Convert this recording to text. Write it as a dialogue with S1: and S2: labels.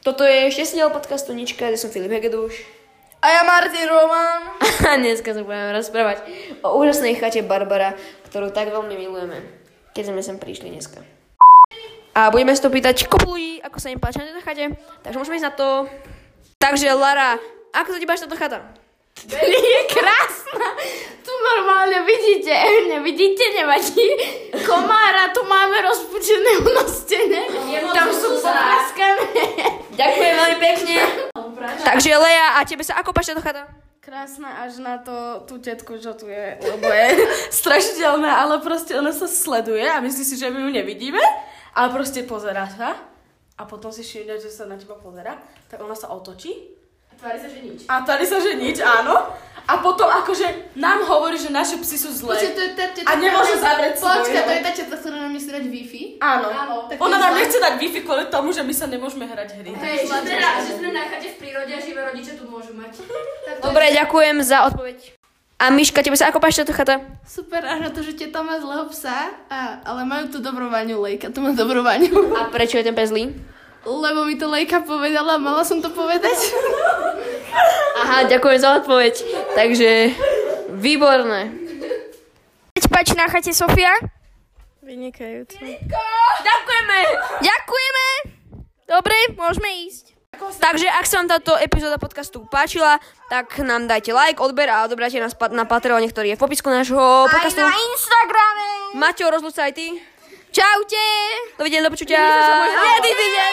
S1: Toto je 6. diel podcastu Nička, ja som Filip Hegeduš.
S2: A ja Martin Roman.
S1: A dneska sa budeme rozprávať o úžasnej chate Barbara, ktorú tak veľmi milujeme, keď sme sem prišli dneska. A budeme sa to pýtať kopu ľudí, ako sa im páči na tejto chate, takže môžeme ísť na to. Takže Lara, ako sa ti páči táto chata?
S2: Je krásna. Tu normálne No, vidíte, nevidíte, nevadí. Komára tu máme rozpučeného na stene. Tam sú popraskané.
S1: Ďakujem veľmi pekne. Takže Lea, a tebe sa ako páči táto chata?
S2: Krásna až na to tú tetku, čo tu je, lebo je strašidelná, ale proste ona sa sleduje a myslí si, že my ju nevidíme, ale proste pozera sa a potom si všimne, že sa na teba pozera, tak ona sa otočí
S3: Tvári sa, že nič.
S2: a tvári sa, že nič, áno. A potom akože nám hovorí, že naše psy sú
S3: Počkaj,
S2: zlé.
S3: to je tá teta,
S2: A nemôže
S3: ktorá-
S2: zavrieť
S3: Počkaj,
S2: svoje.
S3: to je tá teta, ktorá nám myslí dať Wi-Fi.
S2: Áno.
S3: Áno, tak to
S2: Ona
S3: je
S2: nám
S3: zlé.
S2: nechce dať Wi-Fi kvôli tomu, že my sa nemôžeme hrať hry.
S3: To je, že sme, na, že sme na chate v prírode a živé rodiče tu môžu mať. Tak to je-
S1: Dobre, ďakujem za odpoveď. A Miška, tebe sa ako páči táto chata?
S4: Super, až na to, že teta má zlého psa, a, ale majú tu dobrú vaňu, Lejka tu má dobrú vaňu.
S1: A prečo je ten pes zlý?
S4: Lebo mi to Lejka povedala, mala som to povedať.
S1: Aha, ďakujem za odpoveď. Takže, výborné. Teď páči na chate Sofia.
S4: Vynikajúce.
S1: Ďakujeme. Ďakujeme. Dobre, môžeme ísť. Takže ak sa vám táto epizóda podcastu páčila, tak nám dajte like, odber a odobrajte nás pa- na Patreon, ktorý je v popisku nášho podcastu. Aj na Instagrame. Mateo, rozľúč sa aj ty. Čaute. Dovidenia, do počutia. Nie, ty, ty, nie.